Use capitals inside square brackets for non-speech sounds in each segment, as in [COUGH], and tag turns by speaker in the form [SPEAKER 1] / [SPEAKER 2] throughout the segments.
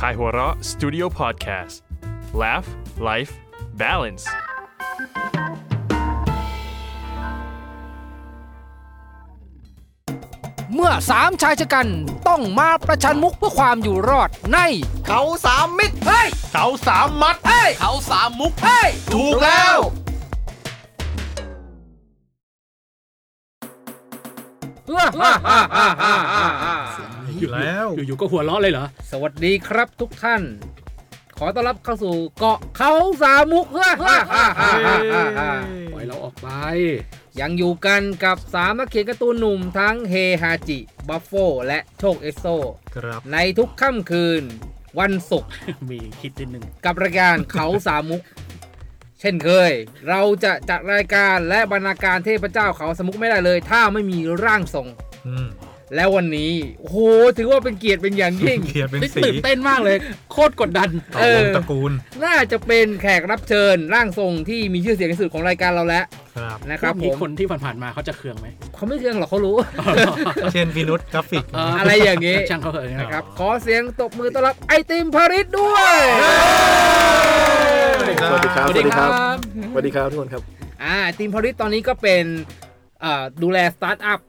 [SPEAKER 1] Kaihura Studio Podcast Laugh Life Balance
[SPEAKER 2] เมื่อสามชายชะกันต้องมาประชันมุกเพื่อความอยู่รอดใน
[SPEAKER 3] เขาสามมิตร
[SPEAKER 2] เฮ้ย
[SPEAKER 1] เสาสามมัด
[SPEAKER 2] เฮ้ย
[SPEAKER 3] เขาสามมุก
[SPEAKER 2] เฮ้ย
[SPEAKER 3] ถูกแล้ว
[SPEAKER 4] อยู่แล้วอยู่ๆก็หัวเราะเลยเหรอ
[SPEAKER 2] [LAUGHS] สวัสดีครับทุกท่าน ขอต้อนรับเข้าสู่เกาะ [LAUGHS] เขาสามมุก
[SPEAKER 4] ปล่อยเราออกไป
[SPEAKER 2] ยังอยู่กันกับสามนักเขียนการ์ตูนหนุ่มทั้งเฮฮาจิ บัฟโฟ และโชคเอสโซ
[SPEAKER 4] ครับ
[SPEAKER 2] ในทุกค่ำคืน วันศุกร์
[SPEAKER 4] [LAUGHS] มีคิดนิดนึง
[SPEAKER 2] กับรายการเขาสามมุก เช่นเคย เราจะจัดรายการและบรรณาการเทพเจ้าเขาสามมุกไม่ได้เลย ถ้าไม่มีร่างทรง แล้ววันนี้ โอ้โห ถือว่าเป็นเกียรติเป็นอย่างยิ่ง
[SPEAKER 5] เขียนเป็นสี
[SPEAKER 4] ตื่นเต้นมากเลย โคตรกดดัน
[SPEAKER 5] ต่อวงตระกูล
[SPEAKER 2] น่าจะเป็นแขกรับเชิญร่างทรงที่มีชื่อเสียงที่สุดของรายการเราแล้ว
[SPEAKER 5] ครับ
[SPEAKER 2] นะค
[SPEAKER 4] ครั
[SPEAKER 2] รั
[SPEAKER 4] บบ
[SPEAKER 2] ผ
[SPEAKER 4] มี
[SPEAKER 2] ม
[SPEAKER 4] คนที่ผ่านๆมาเขาจะเคืองไหม
[SPEAKER 2] เขาไม่เคืองหรอกเขารู้
[SPEAKER 5] เช่นวินุตกราฟิก
[SPEAKER 4] เออ
[SPEAKER 2] อะไรอย่างงี้
[SPEAKER 4] ช่างเขาเถอะ
[SPEAKER 2] นะ
[SPEAKER 4] นะ
[SPEAKER 2] ค
[SPEAKER 4] ค
[SPEAKER 2] รั
[SPEAKER 4] รับบ
[SPEAKER 2] ขอเสียงตบมือต้อนรับไอติมพาริสด้วย
[SPEAKER 5] สวัสดีครับ
[SPEAKER 4] สวัสดีครับ
[SPEAKER 6] สวัสดีครับทุกคนครับ
[SPEAKER 2] อ่าไอติมพาริสตอนนี้ก็เป็นเอ่อดูแลสตาร์ทอัพ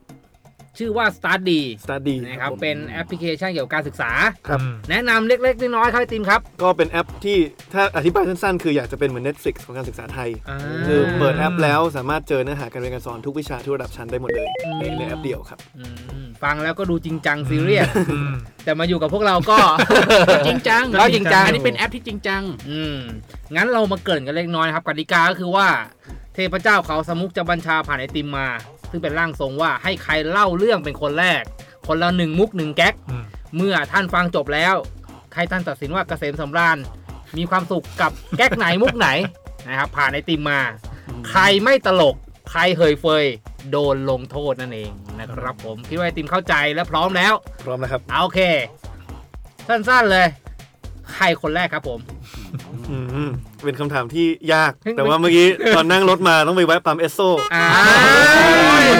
[SPEAKER 2] ชื่อว่า Start D
[SPEAKER 6] สตาร์ดี
[SPEAKER 2] นะครับ เป็นแอปพลิเคชันเกี่ยวกับการศึกษา
[SPEAKER 6] ครับ
[SPEAKER 2] แนะนำเล็กๆ น้อยๆครับไอติมครับ
[SPEAKER 6] ก็เป็นแอปที่ถ้าอธิบายสั้นๆ คืออยากจะเป็นเหมือน Netflix ของการศึกษาไทย
[SPEAKER 2] อ่า
[SPEAKER 6] คือเปิดแอปแล้วสามารถเจอเนื้อหาการเรียนการสอนทุกวิชาทุกระดับชั้นได้หมดเลยในในแอปเดียวครับ
[SPEAKER 2] อืมฟังแล้วก็ดูจริงจังซีเรียส
[SPEAKER 5] อืม
[SPEAKER 2] แต่มาอยู่กับพวกเราก็
[SPEAKER 4] จริงจัง
[SPEAKER 2] ก็จริงจัง
[SPEAKER 4] อันนี้เป็นแอปที่จริงจัง
[SPEAKER 2] อืม งั้นเรามาเกริ่นกันเล็กน้อยนะครับกติกาก็คือว่า เทพเจ้าเขาสมุกจะบัญชาผ่านไอติมมา ซึ่งเป็นร่างทรงว่าให้ใครเล่าเรื่องเป็นคนแรก คนละหนึ่งมุกหนึ่งแก๊ก
[SPEAKER 5] อืม
[SPEAKER 2] เมื่อท่านฟังจบแล้ว ใครท่านตัดสินว่าเกษมสำราญ มีความสุขกับแก๊กไหนมุกไหน [LAUGHS] นะครับผ่านไอติมมา ใครไม่ตลก ใครเหยเฟย โดนลงโทษนั่นเองนะครับผมคิดว่าไอติมเข้าใจและพร้อมแล้ว
[SPEAKER 6] พร้อมนะครับ
[SPEAKER 2] เอาโอเค สั้นๆเลย ใครคนแรกครับผม
[SPEAKER 6] อืมเป็นคำถามที่
[SPEAKER 2] [LAUGHS]
[SPEAKER 6] ยาก
[SPEAKER 2] เฮ้ย
[SPEAKER 6] แต่ว่าเมื่อกี้ ตอนนั่งรถมาต้องไปแวะปั๊มเอสโซ
[SPEAKER 2] อ่า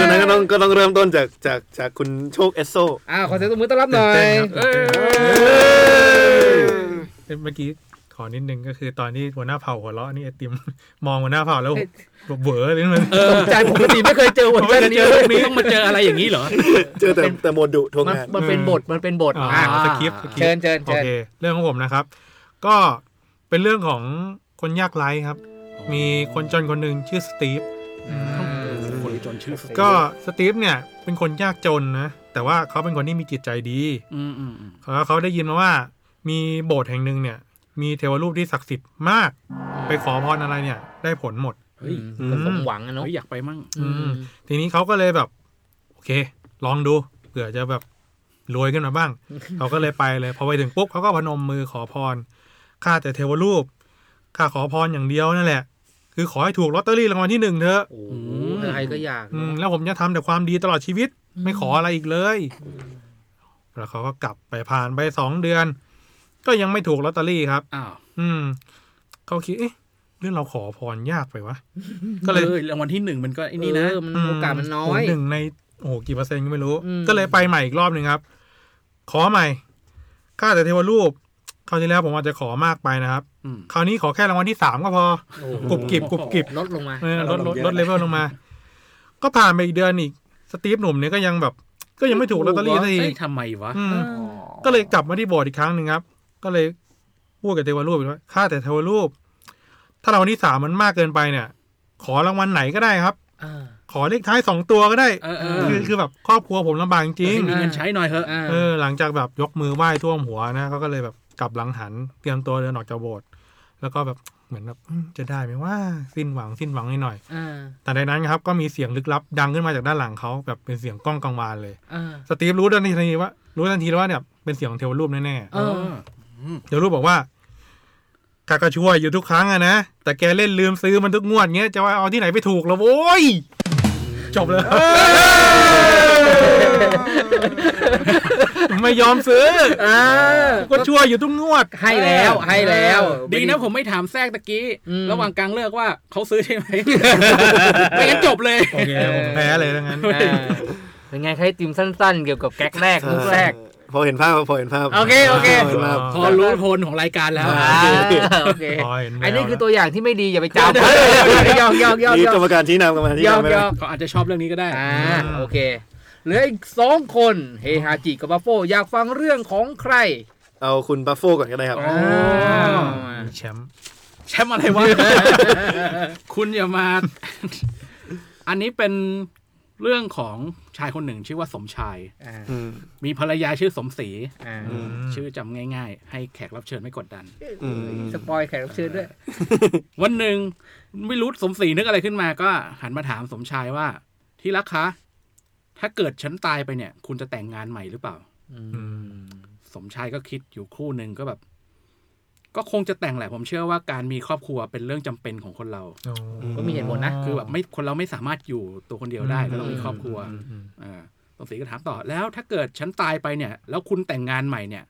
[SPEAKER 6] ดังนั้นก็ต้องก็ต้องเริ่มต้นจากจากจากคุณโชคเอสโซ
[SPEAKER 2] อ่าขอเสียงตบมือต้อนรับหน่อย
[SPEAKER 5] ตื่นเต้นครับ
[SPEAKER 4] เ
[SPEAKER 5] เมื่อกี้ขอนิดนึงก็คือตอนที่หัวหน้าเผ่าหัวเราะนี่ไอติม [LAUGHS] มองหัวหน้าเผ่าแล้วแบบเบอเลยมัน
[SPEAKER 4] ออ
[SPEAKER 2] ใจปกติไม่เคยเจอวัน
[SPEAKER 4] ไม่
[SPEAKER 2] นี้
[SPEAKER 4] ได้เจอเรื่องนี้ต้องมาเจออะไรอย่างนี้เหรอ
[SPEAKER 6] เจอแต่แต่โมดุทวง
[SPEAKER 2] มัน
[SPEAKER 6] งาน
[SPEAKER 2] มันเป็นบทมันเป็นบท
[SPEAKER 5] อ๋อ
[SPEAKER 2] อ่า
[SPEAKER 5] สคริปต์สคริปต์
[SPEAKER 2] เชิญเชิญเชิญ
[SPEAKER 5] โอเคเรื่องของผมนะครับ ก็เป็นเรื่องของคนยากไร้ครับ มีคนจนคนหนึ่งชื่อสตีฟ
[SPEAKER 4] คนจนชื่อ
[SPEAKER 5] ก็สตีฟเนี่ยเป็นคนยากจนนะ แต่ว่าเขาเป็นคนที่มีจิตใจดี
[SPEAKER 4] อืมอืมอืม
[SPEAKER 5] เขาเขาได้ยินมาว่ามีโบสถ์แห่งหนึ่งเนี่ย มีเทวรูปที่ศักดิ์สิทธิ์มาก ไปขอพรอะไรเนี่ย ได้ผลหมด
[SPEAKER 4] เฮ้ย
[SPEAKER 2] อืมก็สมหวังนะเนาะ
[SPEAKER 4] เฮ้ยอยากไปมั่ง
[SPEAKER 5] อืม ทีนี้เขาก็เลยแบบ โอเค ลองดูเผื่อจะแบบรวยขึ้นมา [LAUGHS] บ้าง เขาก็เลยไปเลยพอไปถึงปุ๊บเขาก็พนมมือขอพรข้าแต่เทวรูปข้าขอพรอย่างเดียวนั่นแหละ คือขอให้ถูกลอตเตอรี่รางวัลที่หนึ่งเถอะ
[SPEAKER 2] โอ้โหใครก็อยาก
[SPEAKER 5] อืม
[SPEAKER 2] เนาะ
[SPEAKER 5] แล้วผมจะทำแต่ความดีตลอดชีวิต ไม่ขออะไรอีกเลย แล้วเขาก็กลับไปผ่านไปสองเดือน ก็ยังไม่ถูกลอตเตอรี่ครับ
[SPEAKER 4] อ้าว
[SPEAKER 5] อืมเขาคิดเอ๊ะเรื่องเราขอพรยากไปวะ ก็
[SPEAKER 4] ก็เล
[SPEAKER 5] เลย ย
[SPEAKER 4] รางวัลที่หนึ่งมันก็ไอ้นี่นะ
[SPEAKER 2] เออมันโอกาสมันน้อย
[SPEAKER 5] หนึ่งในโอ้โหกี่เปอร์เซ็นต์ก็ไม่รู้
[SPEAKER 2] อืม
[SPEAKER 5] ก็เลยไปใหม่อีกรอบหนึ่งครับ ขอใหม่ข้าแต่เทวรูปคราวที่แล้วผมอาจจะขอมากไปนะครับ
[SPEAKER 4] อืม
[SPEAKER 5] คราวนี้ขอแค่รางวัลที่สามก็พอ กรุบกริบกรุบกริบ
[SPEAKER 2] ลดลงมา [LAUGHS]
[SPEAKER 5] เออลดลด
[SPEAKER 6] เยอะ
[SPEAKER 5] ลดเลเวลลงมา ก็ผ่านไปอีกเดือนอีก สตีฟหนุ่มเนี่ยก็ยังแบบ ก็ยังไม่ถูกลอตเตอรี่สักที
[SPEAKER 4] เอ้ยทำไมวะ
[SPEAKER 5] อืมก็เลยกลับมาที่โบสถ์อีกครั้งหนึ่งครับ ก็เลยพูดกับเทวรูปอีกว่าข้าแต่เทวรูป ถ้ารางวัลที่สามมันมากเกินไปเนี่ย ขอรางวัลไหนก็ได้ครับ ขอเลขท้ายสองตัวก็ได้
[SPEAKER 4] เออเออ
[SPEAKER 5] คือคือแบบครอบครัวผมลำบากจริง
[SPEAKER 4] ให้มีเงินใช้หน่อยเถอะ
[SPEAKER 5] เออหลังจากแบบยกมือไหว้ท่วมหัวนะเขาก็เลยแบบกลับหลังหัน เตรียมตัวเดินออกจากโบสถ์แล้วก็แบบเหมือนแบบอืมจะได้ไหมว่าสิ้นหวังสิ้นหวังหน่อยๆ แต่ในนั้นครับก็มีเสียงลึกลับดังขึ้นมาจากด้านหลังเขาแบบเป็นเสียงกล้องกังวานเลย สตีฟรู้ทันทีว่า รู้ทันทีแล้วว่าเนี่ยเป็นเสียงของเทวรูปแน่
[SPEAKER 2] เออ
[SPEAKER 5] ๆเทวรูปบอกว่าข้าก็ช่วยอยู่ทุกครั้งอะนะ แต่แกเล่นลืมซื้อมันทุกงวดเงี้ยจะว่าเอาที่ไหนไปถูกละโว้ยจบเลย [LAUGHS] ไม่ยอมซื้อก็ช่วยอยู่ทุกงวด
[SPEAKER 2] ให้แล้วให้แล้ว
[SPEAKER 4] ดีนะผมไม่ถามแทรกตะกี้
[SPEAKER 2] อืม
[SPEAKER 4] ระหว่างกลางเลิกว่าเขาซื้อใช่ไหม ไม่งั้นจบเลย
[SPEAKER 5] โอเคผมแพ้เลยทั้งนั้น
[SPEAKER 2] อ่าเป็นไงใครติมสั้น ๆ เกี่ยวกับแก๊กแรกมุกแรก
[SPEAKER 6] เออ พอเห็นภาพพอเห็นภาพ
[SPEAKER 2] โอเคโอเค
[SPEAKER 6] พห็นภาพ
[SPEAKER 4] พอรู้โทนของรายการแล้ว
[SPEAKER 2] อ่าโอเค
[SPEAKER 5] พอเห็นแว
[SPEAKER 2] อันนี้คือ
[SPEAKER 5] แล้ว
[SPEAKER 2] ตัวอย่างที่ไม่ดีอย่าไปจำยอกยอกยอก
[SPEAKER 6] นี่
[SPEAKER 2] ยอก
[SPEAKER 6] กรรมการชี้นำกรรมการชี้
[SPEAKER 2] ยอก
[SPEAKER 6] นำไม่
[SPEAKER 2] ย
[SPEAKER 6] ได้
[SPEAKER 2] อก
[SPEAKER 4] เขาอาจจะชอบเรื่องนี้ก็ได้
[SPEAKER 2] อ่าโอเคเหลืออีกสองคนเฮฮาจิกับบัฟโฟอยากฟังเรื่องของใคร
[SPEAKER 6] เอาคุณบัฟโฟก่อนก็ได้ครับ
[SPEAKER 4] อ๋อ
[SPEAKER 5] มีแชมป์
[SPEAKER 4] แชมป์อะไรวะ คุณอย่ามา อันนี้เป็นเรื่องของชายคนหนึ่งชื่อว่าสมชาย
[SPEAKER 2] อ่า
[SPEAKER 6] อืม
[SPEAKER 4] มีภรรยาชื่อสมศรี
[SPEAKER 2] อ่า
[SPEAKER 6] อืม
[SPEAKER 4] ชื่อจำง่ายๆ ให้แขกรับเชิญไม่กดดัน
[SPEAKER 6] อืม
[SPEAKER 2] สปอยแขกรับเชิญด้วย
[SPEAKER 4] วันหนึ่งไม่รู้สมศรีนึกอะไรขึ้นมาก็หันมาถามสมชายว่า ที่รักคะ ถ้าเกิดฉันตายไปเนี่ย คุณจะแต่งงานใหม่หรือเปล่า
[SPEAKER 5] อืม
[SPEAKER 4] สมชายก็คิดอยู่ครู่หนึ่งก็แบบ ก็คงจะแต่งแหละ ผมเชื่อว่าการมีครอบครัวเป็นเรื่องจำเป็นของคนเรา
[SPEAKER 5] โอ้
[SPEAKER 2] ก็มีเหตุผลนะ
[SPEAKER 4] คือแบบไม่คนเราไม่สามารถอยู่ตัวคนเดียวได้
[SPEAKER 5] อืม
[SPEAKER 4] ก็ต้องมีครอบครัว
[SPEAKER 5] อืมอืม
[SPEAKER 4] อ่าสมศรีก็ถามต่อแล้วถ้าเกิดฉันตายไปเนี่ย แล้วคุณแต่งงานใหม่เนี่ย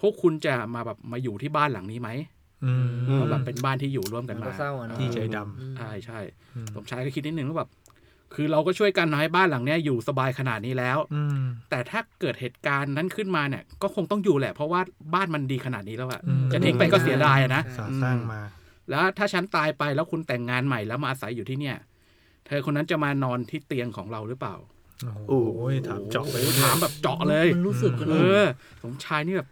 [SPEAKER 4] พวกคุณจะมาแบบมาอยู่ที่บ้านหลังนี้ไหม
[SPEAKER 5] อืม
[SPEAKER 6] อืม
[SPEAKER 4] แบบเป็นบ้านที่อยู่ร่วมกัน
[SPEAKER 2] มัน
[SPEAKER 4] มา
[SPEAKER 2] ก็เศร้าอะเนอะ
[SPEAKER 5] ที่ใจด
[SPEAKER 4] ใช่ใช่
[SPEAKER 5] ำอืม
[SPEAKER 4] สมชายก็คิดนิดนึงว่าแบบคือเราก็ช่วยกันนะให้บ้านหลังเนี้ยอยู่สบายขนาดนี้แล้ว
[SPEAKER 5] อืม
[SPEAKER 4] แต่ถ้าเกิดเหตุการณ์นั้นขึ้นมาเนี่ย ก็คงต้องอยู่แหละ เพราะว่าบ้านมันดีขนาดนี้แล้วอะ
[SPEAKER 5] อืม
[SPEAKER 4] จะทิ้งไปก็เสียดายอะนะ
[SPEAKER 5] สาสร้างมา
[SPEAKER 4] แล้วถ้าฉันตายไปแล้วคุณแต่งงานใหม่แล้วมาอาศัยอยู่ที่เนี่ย เธอคนนั้นจะมานอนที่เตียงของเราหรือเปล่า
[SPEAKER 5] โอ้โหถามเจาะไป
[SPEAKER 4] โอ้โห
[SPEAKER 5] เรื่อย
[SPEAKER 4] ถามแบบเจาะเลย
[SPEAKER 2] มันรู้สึกกัน
[SPEAKER 4] เอ
[SPEAKER 2] เนอะ
[SPEAKER 4] อสมชายนี่แบบ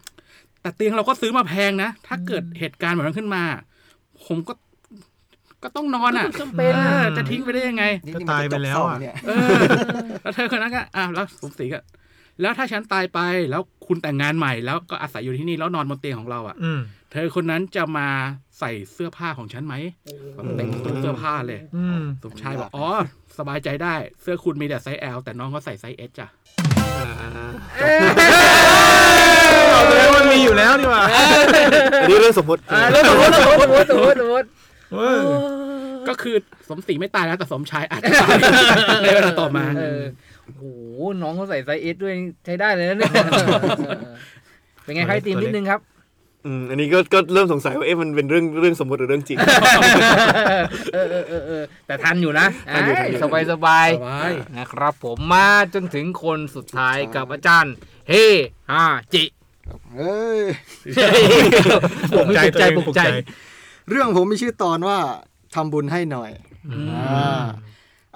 [SPEAKER 4] แต่เตียงเราก็ซื้อมาแพงนะ ถ้าเกิดเหตุการณ์แบบนั้นขึ้นมา ผมก็ก็ต้องนอนอ่ะ
[SPEAKER 2] จำเป็น
[SPEAKER 4] เอ
[SPEAKER 2] อะ
[SPEAKER 4] อจะทิ้งไปได้ยังไง
[SPEAKER 3] นี่นี่มันจะจบเศร้าเนี่ย
[SPEAKER 4] เออ แล้วเธอคนนั้นก็อ่ะแล้วสมศรีก็แล้วถ้าฉันตายไปแล้วคุณแต่งงานใหม่ แล้วก็อาศัยอยู่ที่นี่แล้วนอนบนเตียงของเราอ่ะ
[SPEAKER 5] อืม
[SPEAKER 4] เธอคนนั้นจะมาใส่เสื้อผ้าของฉันไหมแบบเต็มตู้เสื้อผ้าเลย
[SPEAKER 5] อืม
[SPEAKER 4] สมชายบอกอ๋อ สบายใจได้ เสื้อคุณมีแต่ไซส์ L แต่น้องเขาใส่ไซส์ S จ้ะ
[SPEAKER 5] เอาเลยมันมีอยู่แล้วนี่หว่า
[SPEAKER 6] อันนี้เรื่องสมมติ
[SPEAKER 2] อ่าแล้วสมมติสมมติสมมติสมมติ
[SPEAKER 5] เว้ย
[SPEAKER 4] ก็คือสมศรีไม่ตายแล้ว แต่สมชายอาจจะตาย ใน [LAUGHS] เวลาต่อมา
[SPEAKER 2] เออโอ้โหน้องเขาใส่ไซส์เอสด้วยใช้ได้เลยนะเนี่ยเป็นไงครับไอติมนิดนึงครับ
[SPEAKER 6] อืมอันนี้ก็ก็เริ่มสงสัยว่าเอ๊ะมันเป็นเรื่องเรื่องสมมติหรือเรื่องจริง
[SPEAKER 2] เออเออเออเออแต่ทันอยู่นะ
[SPEAKER 6] ทันอยู่ทันอยู่
[SPEAKER 2] สบายสบาย
[SPEAKER 4] สบาย
[SPEAKER 2] นะครับผมมาจนถึงคนสุดท้ายกับอาจารย์ เฮฮา
[SPEAKER 5] [LAUGHS]
[SPEAKER 2] จิ
[SPEAKER 7] เอ้ย
[SPEAKER 5] ปลุกใจตัวเองปลุกใจ
[SPEAKER 7] เรื่องผมมีชื่อตอนว่าทำบุญให้หน่อยอ่า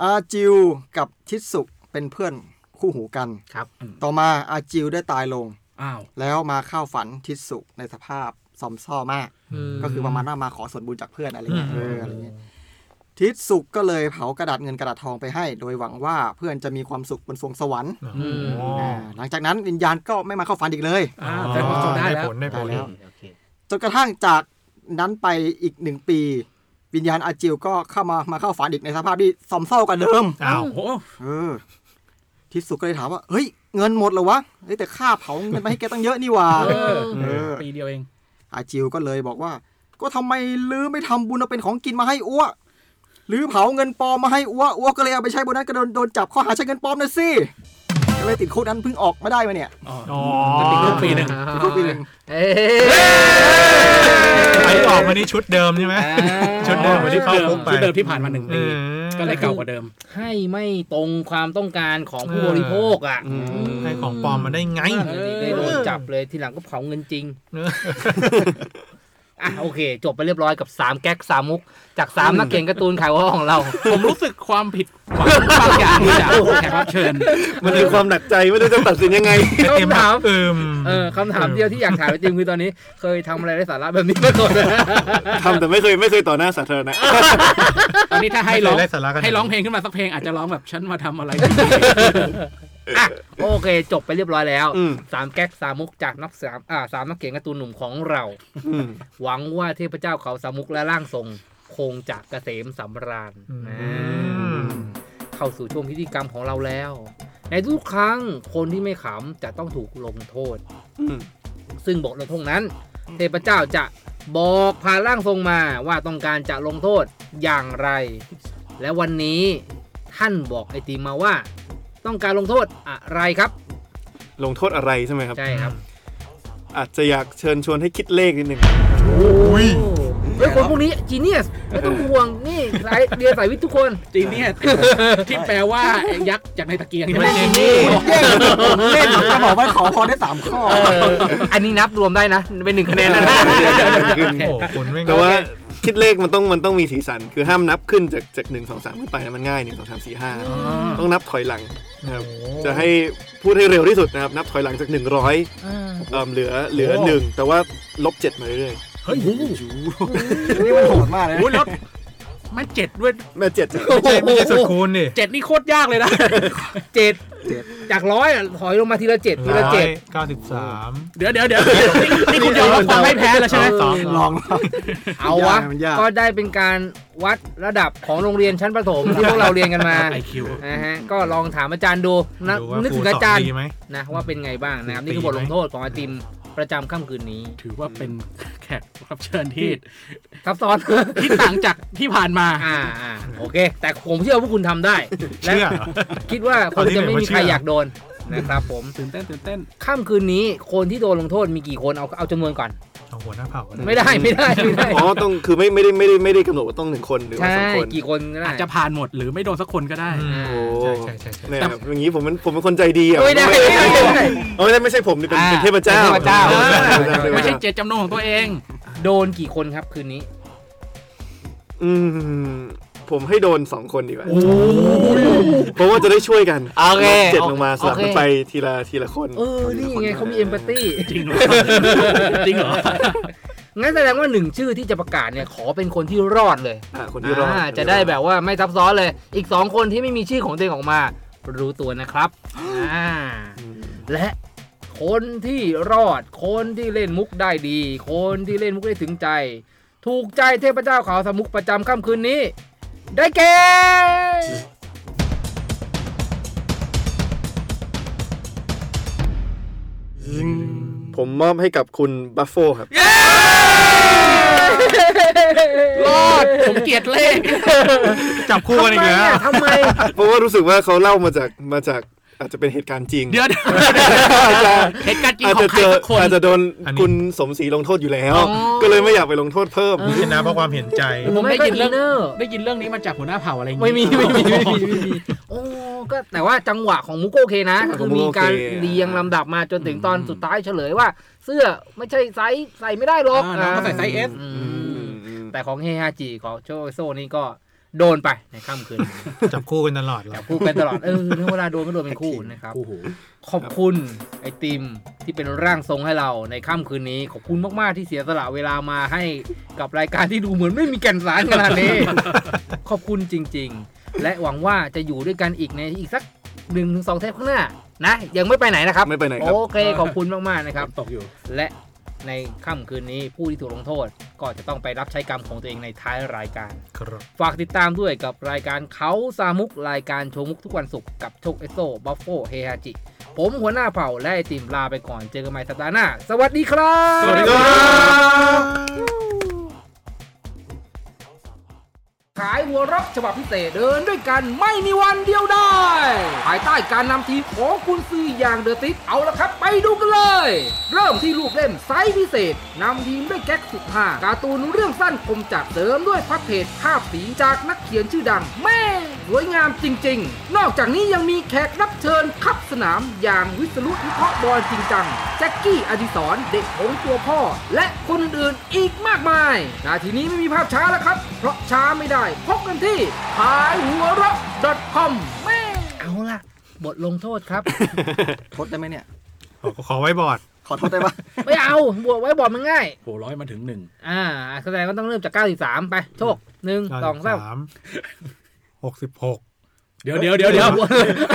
[SPEAKER 7] อาจิวกับทิศสุเป็นเพื่อนคู่หูกัน
[SPEAKER 2] ครับ
[SPEAKER 7] ต่อมาอาจิวได้ตายลง
[SPEAKER 4] อ้าว
[SPEAKER 7] แล้วมาเข้าฝันทิศสุในสภาพซอมซ่อมาก ก็คือประมาณว่ามาขอส่วนบุญจากเพื่อนอะไรเงี้ยเอออะไรเงี้ยทิศสุก็เลยเผากระดาษเงินกระดาษทองไปให้ โดยหวังว่าเพื่อนจะมีความสุขบนสวงสวรรค์
[SPEAKER 2] อืม
[SPEAKER 7] อ่าหลังจากนั้นวิญญาณก็ไม่มาเข้าฝันอีกเลย
[SPEAKER 4] อ้าวแต่ว่าเขาได้แล้ว
[SPEAKER 5] ผลได้ผล
[SPEAKER 7] ได้แล้ว
[SPEAKER 2] โอเค
[SPEAKER 7] จนกระทั่งจากนั้นไปอีกหนึ่งปี วิญญาณอาจิวก็เข้ามามาเข้าฝันอีกในสภาพที่ซอมเศร้ากว่าเดิม
[SPEAKER 5] อ้าว
[SPEAKER 4] โอ้โห
[SPEAKER 7] เออทิศสุก็เลยถามว่า เฮ้ย เงินหมดเหรอวะเฮ้ยแต่ค่าเผาเงินไปให้แกตั้งเยอะนี่หว่า
[SPEAKER 4] เออ
[SPEAKER 7] เออ
[SPEAKER 4] ปีเดียวเอง
[SPEAKER 7] อาจิวก็เลยบอกว่า ก็ทำไมลือไม่ทำบุญเอาเป็นของกินมาให้อ้วลือเผาเงินปลอมมาให้อ้วอ้วก็เลยเอาไปใช้บนนั้นก็โดนโดนจับข้อหาใช้เงินปลอมนะสิก็เลยติดคุกนั้นเพิ่งออกมาได้มาเนี่ย
[SPEAKER 4] อ๋อ
[SPEAKER 5] อ๋อ
[SPEAKER 4] ติดรูปปีหนึ่ง
[SPEAKER 7] ติดคุกปีหนึง
[SPEAKER 2] เอ้
[SPEAKER 5] ไป
[SPEAKER 2] ย
[SPEAKER 5] ออกมานี่ชุดเดิมใช่ไหม ชุดเดิมเหมือนที่เข้าคุกไป
[SPEAKER 4] ชุดเดิมที่ผ่านมาหนึ่งปี ก็เลยเก่ากว่าเดิม
[SPEAKER 2] ให้ไม่ตรงความต้องการของผู้บริโภคอ่ะ
[SPEAKER 5] ให้ของปลอมมาได้ไง
[SPEAKER 2] เออได้โดนจับเลยทีหลังก็เผาเงินจ
[SPEAKER 5] [LAUGHS]
[SPEAKER 2] ริง อ่ะโอเค จบไปเรียบร้อยกับ 3 แก๊กสามมุก จาก 3 นักเขียนการ์ตูนขายหัวข้อของเรา
[SPEAKER 4] ผมรู้สึกความผิดหวังบางอย่างจากแขกรับเชิญ
[SPEAKER 6] มันคือความหนักใจไม่รู้จะตัดสินยังไง
[SPEAKER 2] คำถาม
[SPEAKER 5] เอิม
[SPEAKER 2] เออคำถามเดียวที่อยากถามไอติมคือตอนนี้ [LAUGHS] เคยทำอะไรไร้สาระแบบนี้มาก่อนไหม [LAUGHS]
[SPEAKER 6] ทำแต่ไม่เคยไม่เคยต่อหน้าสาธารณะ
[SPEAKER 4] อันนี้ถ้าให้ร้อง
[SPEAKER 5] ไม่เคยได้สาระกัน
[SPEAKER 4] ให้ร้องเพลงขึ้นมาสักเพลงอาจจะร้องแบบฉันมาทำอะไร
[SPEAKER 2] อ่ะโอเค จบไปเรียบร้อยแล้ว
[SPEAKER 6] อืม
[SPEAKER 2] สามแก๊กสามมุกจากนักสามอ่าสามนักเขียนการ์ตูนหนุ่มของเรา
[SPEAKER 6] อืม
[SPEAKER 2] หวังว่าเทพเจ้าเขาสามมุกและร่างทรง คงจะเกษมสำราญนะเข้าสู่ช่วงพิธีกรรมของเราแล้ว ในทุกครั้งคนที่ไม่ขำจะต้องถูกลงโทษ
[SPEAKER 6] อืม
[SPEAKER 2] ซึ่งบทลงโทษนั้น เทพเจ้าจะบอกผ่านร่างทรงมาว่าต้องการจะลงโทษอย่างไร และวันนี้ท่านบอกไอติมมาว่า ต้องการลงโทษอะไรครับ
[SPEAKER 6] ลงโทษอะไรใช่ไหมครับ
[SPEAKER 2] ใช่ครับ
[SPEAKER 6] อาจจะอยากเชิญชวนให้คิดเลขนิดหนึ่ง
[SPEAKER 2] โอ้ย เฮ้ยคนพวกนี้จีเนียสไม่ต้องห่ว
[SPEAKER 4] [LAUGHS]
[SPEAKER 2] งนี่สายเรียนสายวิทย์ทุกคน
[SPEAKER 4] จีเนียส [LAUGHS] ที่แปลว่าไอ้ยักษ์จากในตะเกียง
[SPEAKER 5] ไม่จริง
[SPEAKER 7] เย้ผมเล่นจะบอกว่าขอพรได้สามข้อ
[SPEAKER 2] เอออันนี้นับรวมได้นะ เป็นหนึ่งคะแนนแล้วนะ
[SPEAKER 5] โอ้โหคุณไม่ง
[SPEAKER 6] แต่ว่าคิดเลขมันต้องมันต้องมีสีสัน คือห้ามนับขึ้นจากจากหนึ่งสองสามขึ้นไปนะมันง่ายหนึ่งสองสามสี่ห้าต้องนับถอยหลังนะครับ
[SPEAKER 5] โอ้โห
[SPEAKER 6] จะให้พูดให้เร็วที่สุดนะครับ นับถอยหลังจากหนึ่งร้อยเหลือเหลือหนึ่งแต่ว่าลบเจ็ดมาเรื่อย
[SPEAKER 5] เฮ้ย
[SPEAKER 7] นี่มันโหดมากเลยนะ
[SPEAKER 4] [LAUGHS] โอ้ยแล้วแม่เจ็ดด้วย
[SPEAKER 6] ๆแม่เจ็ด
[SPEAKER 5] ไม่ใช่ไม่ใช่สุดคูณดิ
[SPEAKER 4] เจ็ดนี่โคตรยากเลยนะ
[SPEAKER 2] [LAUGHS] เจ็ด
[SPEAKER 7] เจ็ด
[SPEAKER 2] จากร้อยอะถอยลงมาทีละเจ็ดทีละเจ็ด
[SPEAKER 5] เก้าสิบสาม
[SPEAKER 4] เดี๋ยวเดี๋ยวเดี๋ยวนี่นี่คุณยอมรับความไม่แพ้แล้วใช่ไหม
[SPEAKER 2] เอ
[SPEAKER 5] สอง
[SPEAKER 7] ลอง
[SPEAKER 2] เอาวะ
[SPEAKER 7] มันยาก
[SPEAKER 2] ก็ได้เป็นการวัดระดับของโรงเรียนชั้นประถม ที่พวกเราเรียนกันมา
[SPEAKER 4] IQ
[SPEAKER 2] นะฮะก็ลองถามอาจารย์ดูนะ
[SPEAKER 5] ดูว่า
[SPEAKER 2] นึก
[SPEAKER 5] ครู
[SPEAKER 2] ถึงอา
[SPEAKER 5] สอน
[SPEAKER 2] จารย์
[SPEAKER 5] ดีไหม
[SPEAKER 2] นะว่าเป็นไงบ้างนะครับ นี่คือบทลงโทษของอาติมประจำค่ำคืนนี้
[SPEAKER 4] ถือว่าเป็นแขกรับเชิญที่
[SPEAKER 2] ซับซ้อน
[SPEAKER 4] ที่ต่างจากที่ผ่านมา
[SPEAKER 2] อ่าอ่าโอเค แต่ผมเชื่อว่าคุณทำได้ และ
[SPEAKER 5] เชื่อ
[SPEAKER 2] คิดว่าคงจะไม่มีใคร
[SPEAKER 5] ตอนนี้เหนื่อยกว่าเชื่อ
[SPEAKER 2] อ
[SPEAKER 5] อ
[SPEAKER 2] ยากโดนนะครับผม
[SPEAKER 4] ตื่นเต้นตื่นเต้น
[SPEAKER 2] ค่ำคืนนี้คนที่โดนลงโทษมีกี่คนเอาเอาจำนวนก่อน
[SPEAKER 5] เอาหัวหน้าเผ่าก็ได้
[SPEAKER 2] ไม่ได้ [LAUGHS] ไม่ได้ไม่ได้
[SPEAKER 6] [LAUGHS] อ๋อต้องคือไม่ไม่ได้ไม่ได้ไม่ได้กำหนดว่าต้องหนึ่งคนหรือว่า
[SPEAKER 2] ใช่
[SPEAKER 6] สองคน
[SPEAKER 2] กี่คนก็ได้
[SPEAKER 4] อาจจะผ่านหมดหรือไม่โดนสักคนก็ได้
[SPEAKER 5] อืม
[SPEAKER 6] โอ้
[SPEAKER 5] ใช่ใช่ใช่ใช่
[SPEAKER 6] เนี่ยครับอย่างนี้ผมมันผมเป็นคนใจดีอ่ะ
[SPEAKER 2] ไม่ได้ไม่ได้ไม่ได้
[SPEAKER 6] เออไม่ใช่ผมนี่เป็นเป็นเทพเจ้า
[SPEAKER 2] เป็นเทพเจ้า
[SPEAKER 6] ออ
[SPEAKER 2] ไม่ได้
[SPEAKER 4] ไม่ใช่เจตจำนงของตัวเอง
[SPEAKER 2] โดนกี่คนครับคืนนี้
[SPEAKER 6] อืมผมให้โดนสองคนดีกว่าเพราะว่าจะได้ช่วยกัน
[SPEAKER 2] โอเค
[SPEAKER 6] เจ็ดลงมาสลับ
[SPEAKER 2] โอเค
[SPEAKER 6] กันไปทีละทีละคน
[SPEAKER 2] เออ นี่ไงเขามีเอมพัตตี้
[SPEAKER 4] จริงเหรอ จริงเหรอ
[SPEAKER 2] [LAUGHS] งั้นแสดงว่าหนึ่งชื่อที่จะประกาศเนี่ย ขอเป็นคนที่รอดเลย
[SPEAKER 6] อ่ะคนที่รอด
[SPEAKER 2] อ่าจะได้แบบว่าไม่ซับซ้อนเลย อีกสองคนที่ไม่มีชื่อของตัวเองออกมา รู้ตัว
[SPEAKER 4] [GASPS]
[SPEAKER 2] นะครับอ่าและคนที่รอด คนที่เล่นมุกได้ดี คนที่เล่นมุกได้ถึงใจ ถูกใจเทพเจ้าขาวสมุกประจำค่ำคืนนี้ ได้แก่
[SPEAKER 6] ผมมอบให้กับคุณบัฟโฟครับ
[SPEAKER 4] [LAUGHS] รอด ผมเกลียดเลข
[SPEAKER 5] จับคู่กันอีกแล้ว
[SPEAKER 2] ทำไมอ่ะทำไม
[SPEAKER 6] เพราะว่ารู้สึกว่าเขาเล่ามาจากมาจากอาจจะเป็นเหตุการณ์จริง
[SPEAKER 4] เดี๋ยวเดี๋ยวเหตุการณ์จริง
[SPEAKER 6] อาจ
[SPEAKER 4] ขอ
[SPEAKER 6] จะ
[SPEAKER 4] งใคร
[SPEAKER 6] เจอ
[SPEAKER 4] สักคน
[SPEAKER 6] อาจจะโดน
[SPEAKER 5] อันนี้
[SPEAKER 6] คุณสมศรีลงโทษอยู่แล้ว
[SPEAKER 2] อ๋อ
[SPEAKER 6] ก็เลยไม่อยากไปลงโทษเพิ่ม
[SPEAKER 5] ชนะเพราะความเห็นใจ
[SPEAKER 4] ผมได้ยินเรื่อง
[SPEAKER 2] ไม่ก็ inner
[SPEAKER 4] ได้ยินเรื่องนี้มาจากหัวหน้าเผ่าอะไรอย่าง
[SPEAKER 2] ไม่ [LAUGHS] มีไม่มีไม่
[SPEAKER 4] อ๋
[SPEAKER 2] มี
[SPEAKER 4] อ
[SPEAKER 2] ไม่มีโอ้ก็แต่ว่าจังหวะของมุกโอเคนะ
[SPEAKER 6] จังหวะข
[SPEAKER 2] คืออง
[SPEAKER 6] มุก
[SPEAKER 2] มี
[SPEAKER 6] โอเค
[SPEAKER 2] การเรียงลำดับมาจนถึงตอนสุดท้ายเฉลยว่า เสื้อไม่ใช่ไซส์ใส่ไม่ได้หรอก
[SPEAKER 4] อ่าน้องก็ใส่ไซส์เอส
[SPEAKER 2] อื
[SPEAKER 6] อื
[SPEAKER 2] ม
[SPEAKER 6] มอืม
[SPEAKER 2] แต่ของเฮฮาจีของโชโซนี่ก็โดนไปในค่ำคืน [LAUGHS]
[SPEAKER 5] จับคู่กันตลอดเหรอ
[SPEAKER 2] จับคู่กันตลอดเออเวลาโดนก็โดนเป็นคู่นะครับ
[SPEAKER 4] โอ้โห
[SPEAKER 2] ขอบคุณไอติมที่เป็นร่างทรงให้เราในค่ำคืนนี้ ขอบคุณมาก ๆ ที่เสียสละเวลามาให้กับรายการที่ดูเหมือนไม่มีแก่นสารขนาด
[SPEAKER 6] [LAUGHS]
[SPEAKER 2] นี้ ขอบคุณจริง ๆ และหวังว่าจะอยู่ด้วยกันอีกในอีกสักหนึ่งถึงสองเทปข้างหน้านะ ยังไม่ไปไหนนะครับ
[SPEAKER 6] ไม่ไปไหนครับ
[SPEAKER 2] โอเค ขอบคุณมาก ๆ นะครับ
[SPEAKER 4] ตกอยู่
[SPEAKER 2] และในค่ำคืนนี้ผู้ที่ถูกลงโทษ ก็จะต้องไปรับใช้กรรมของตัวเองในท้ายรายการ
[SPEAKER 5] ครับ
[SPEAKER 2] ฝากติดตามด้วยกับรายการเขาซามุกรายการโชว์มุกทุกวันศุกร์กับโชคเอสโซบัฟโฟเฮฮาจิ ผมหัวหน้าเผ่าและไอติมลาไปก่อนเจอกันใหม่สัปดาห์หน้า สวัสดีครับ
[SPEAKER 6] สวัสดีครับ
[SPEAKER 2] ขายหัวเรักฉบับพิเศษเดินด้วยกันไม่มีวันเดียวได้ ภายใต้การนำทีมของคุณซืออย่างเดอะติกเอาละครับไปดูกันเลย เริ่มที่รูปเล่มไซส์พิเศษนำทีมด้วยแก๊กสุดฮาการ์ตูนเรื่องสั้นคมจัดเสริมด้วยพับเพจภาพสีจากนักเขียนชื่อดัง แม่สวยงามจริง ๆ นอกจากนี้ยังมีแขกรับเชิญขับสนามอย่างวิศรุวิเคราะห์บอลจริงจัง แจ็คกี้อดิสรเด็กของส์ตัวพ่อ และคนอื่นๆอีกมากมายนาทีนี้ไม่มีภาพช้าแล้วครับ เพราะช้าไม่ได้ พบกันที่ขายหัวเราะ .com แม่เอาล่ะ บทลงโทษครับ [LAUGHS]
[SPEAKER 7] ทดได้ไหมเนี่ย
[SPEAKER 5] ขอขอไว้บอร์ด
[SPEAKER 7] ขอทดได้ปะ
[SPEAKER 2] ไม่เอาบวกไว้บอดมันง่าย
[SPEAKER 4] โหร้อยมาถึงหนึ่ง
[SPEAKER 2] อ่าแสดงว่าต้องเริ่มจาก 93 ไปโชคหนึ่งสองสาม
[SPEAKER 5] สามหกสิบหก
[SPEAKER 4] เดี๋ยวเดี๋ยวเดี๋ยวเดี๋ยว
[SPEAKER 2] [LAUGHS]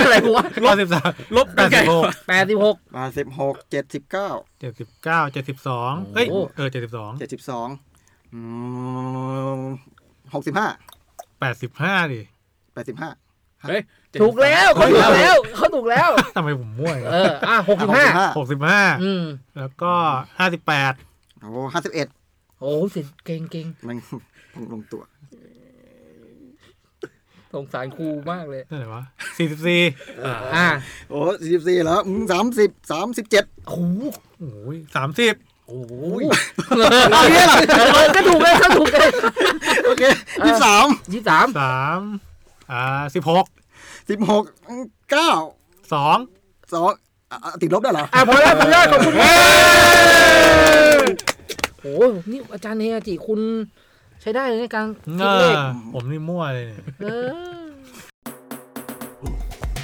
[SPEAKER 2] อะไรวะ
[SPEAKER 5] รอบสิบสาม
[SPEAKER 4] ลบ
[SPEAKER 5] แปดสิบหก
[SPEAKER 2] 86
[SPEAKER 7] มาสิบหกเจ็ดสิบเก้า
[SPEAKER 5] เจ็ดสิบเก้าเจ็ดสิบสองเอ้ย เออเจ็ดสิบสอง
[SPEAKER 7] เจ็ดสิบสองหกสิบห้า
[SPEAKER 5] แปดสิบห้าดิ
[SPEAKER 7] แปดสิบห้า
[SPEAKER 4] เฮ้ย
[SPEAKER 2] ถูกแล้วเขาถูกแล้วเขาถูกแล้ว
[SPEAKER 5] ทำไมผมมั่ว
[SPEAKER 2] เออ อ่ะ65
[SPEAKER 5] หกสิบห้า
[SPEAKER 2] อืม
[SPEAKER 5] แล้วก็ห้าสิบแปด
[SPEAKER 7] โอ้ห้าสิบเอ็ด
[SPEAKER 2] โอ้เสียงเก่งเก่ง
[SPEAKER 7] มันผมลงตัว
[SPEAKER 2] สงสารครูมากเลย
[SPEAKER 5] นั่นไหนวะสี่สิบสี่
[SPEAKER 2] อ่า
[SPEAKER 7] โอ้สี่สิบสี่แล้วสามสิบสามสิบเจ็ด
[SPEAKER 2] โห
[SPEAKER 5] โอ้ยสามสิบ
[SPEAKER 4] โ โอ้โห
[SPEAKER 2] เอาเนี้ยเหรอเออก็ถูกเลยก็ถูกเลย
[SPEAKER 7] โอเคยี่สาม
[SPEAKER 2] ยี่สาม
[SPEAKER 5] สามอ่าสิบหก
[SPEAKER 7] สิบหกเก้า
[SPEAKER 5] สอง
[SPEAKER 7] สองอ่ะอ่ะติดลบได้เหรอ
[SPEAKER 2] อ่ะพอแล้วพอแล้วขอบคุณมากโอ้โหนี่อาจารย์เนยจิคุณใช้ได้เลยในการคิดเลข
[SPEAKER 5] ผมนี่มั่วเลยเนี่ย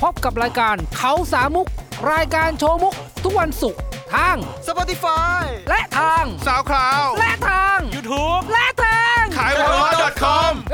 [SPEAKER 2] พบกับรายการเขาสามมุก รายการโชว์มุก ทุกวันศุกร์ทาง
[SPEAKER 3] สปอติฟาย
[SPEAKER 2] และทาง
[SPEAKER 1] สาวคลาว
[SPEAKER 2] และทาง
[SPEAKER 1] YouTube
[SPEAKER 2] และทาง
[SPEAKER 1] ขายหัวเราะ .com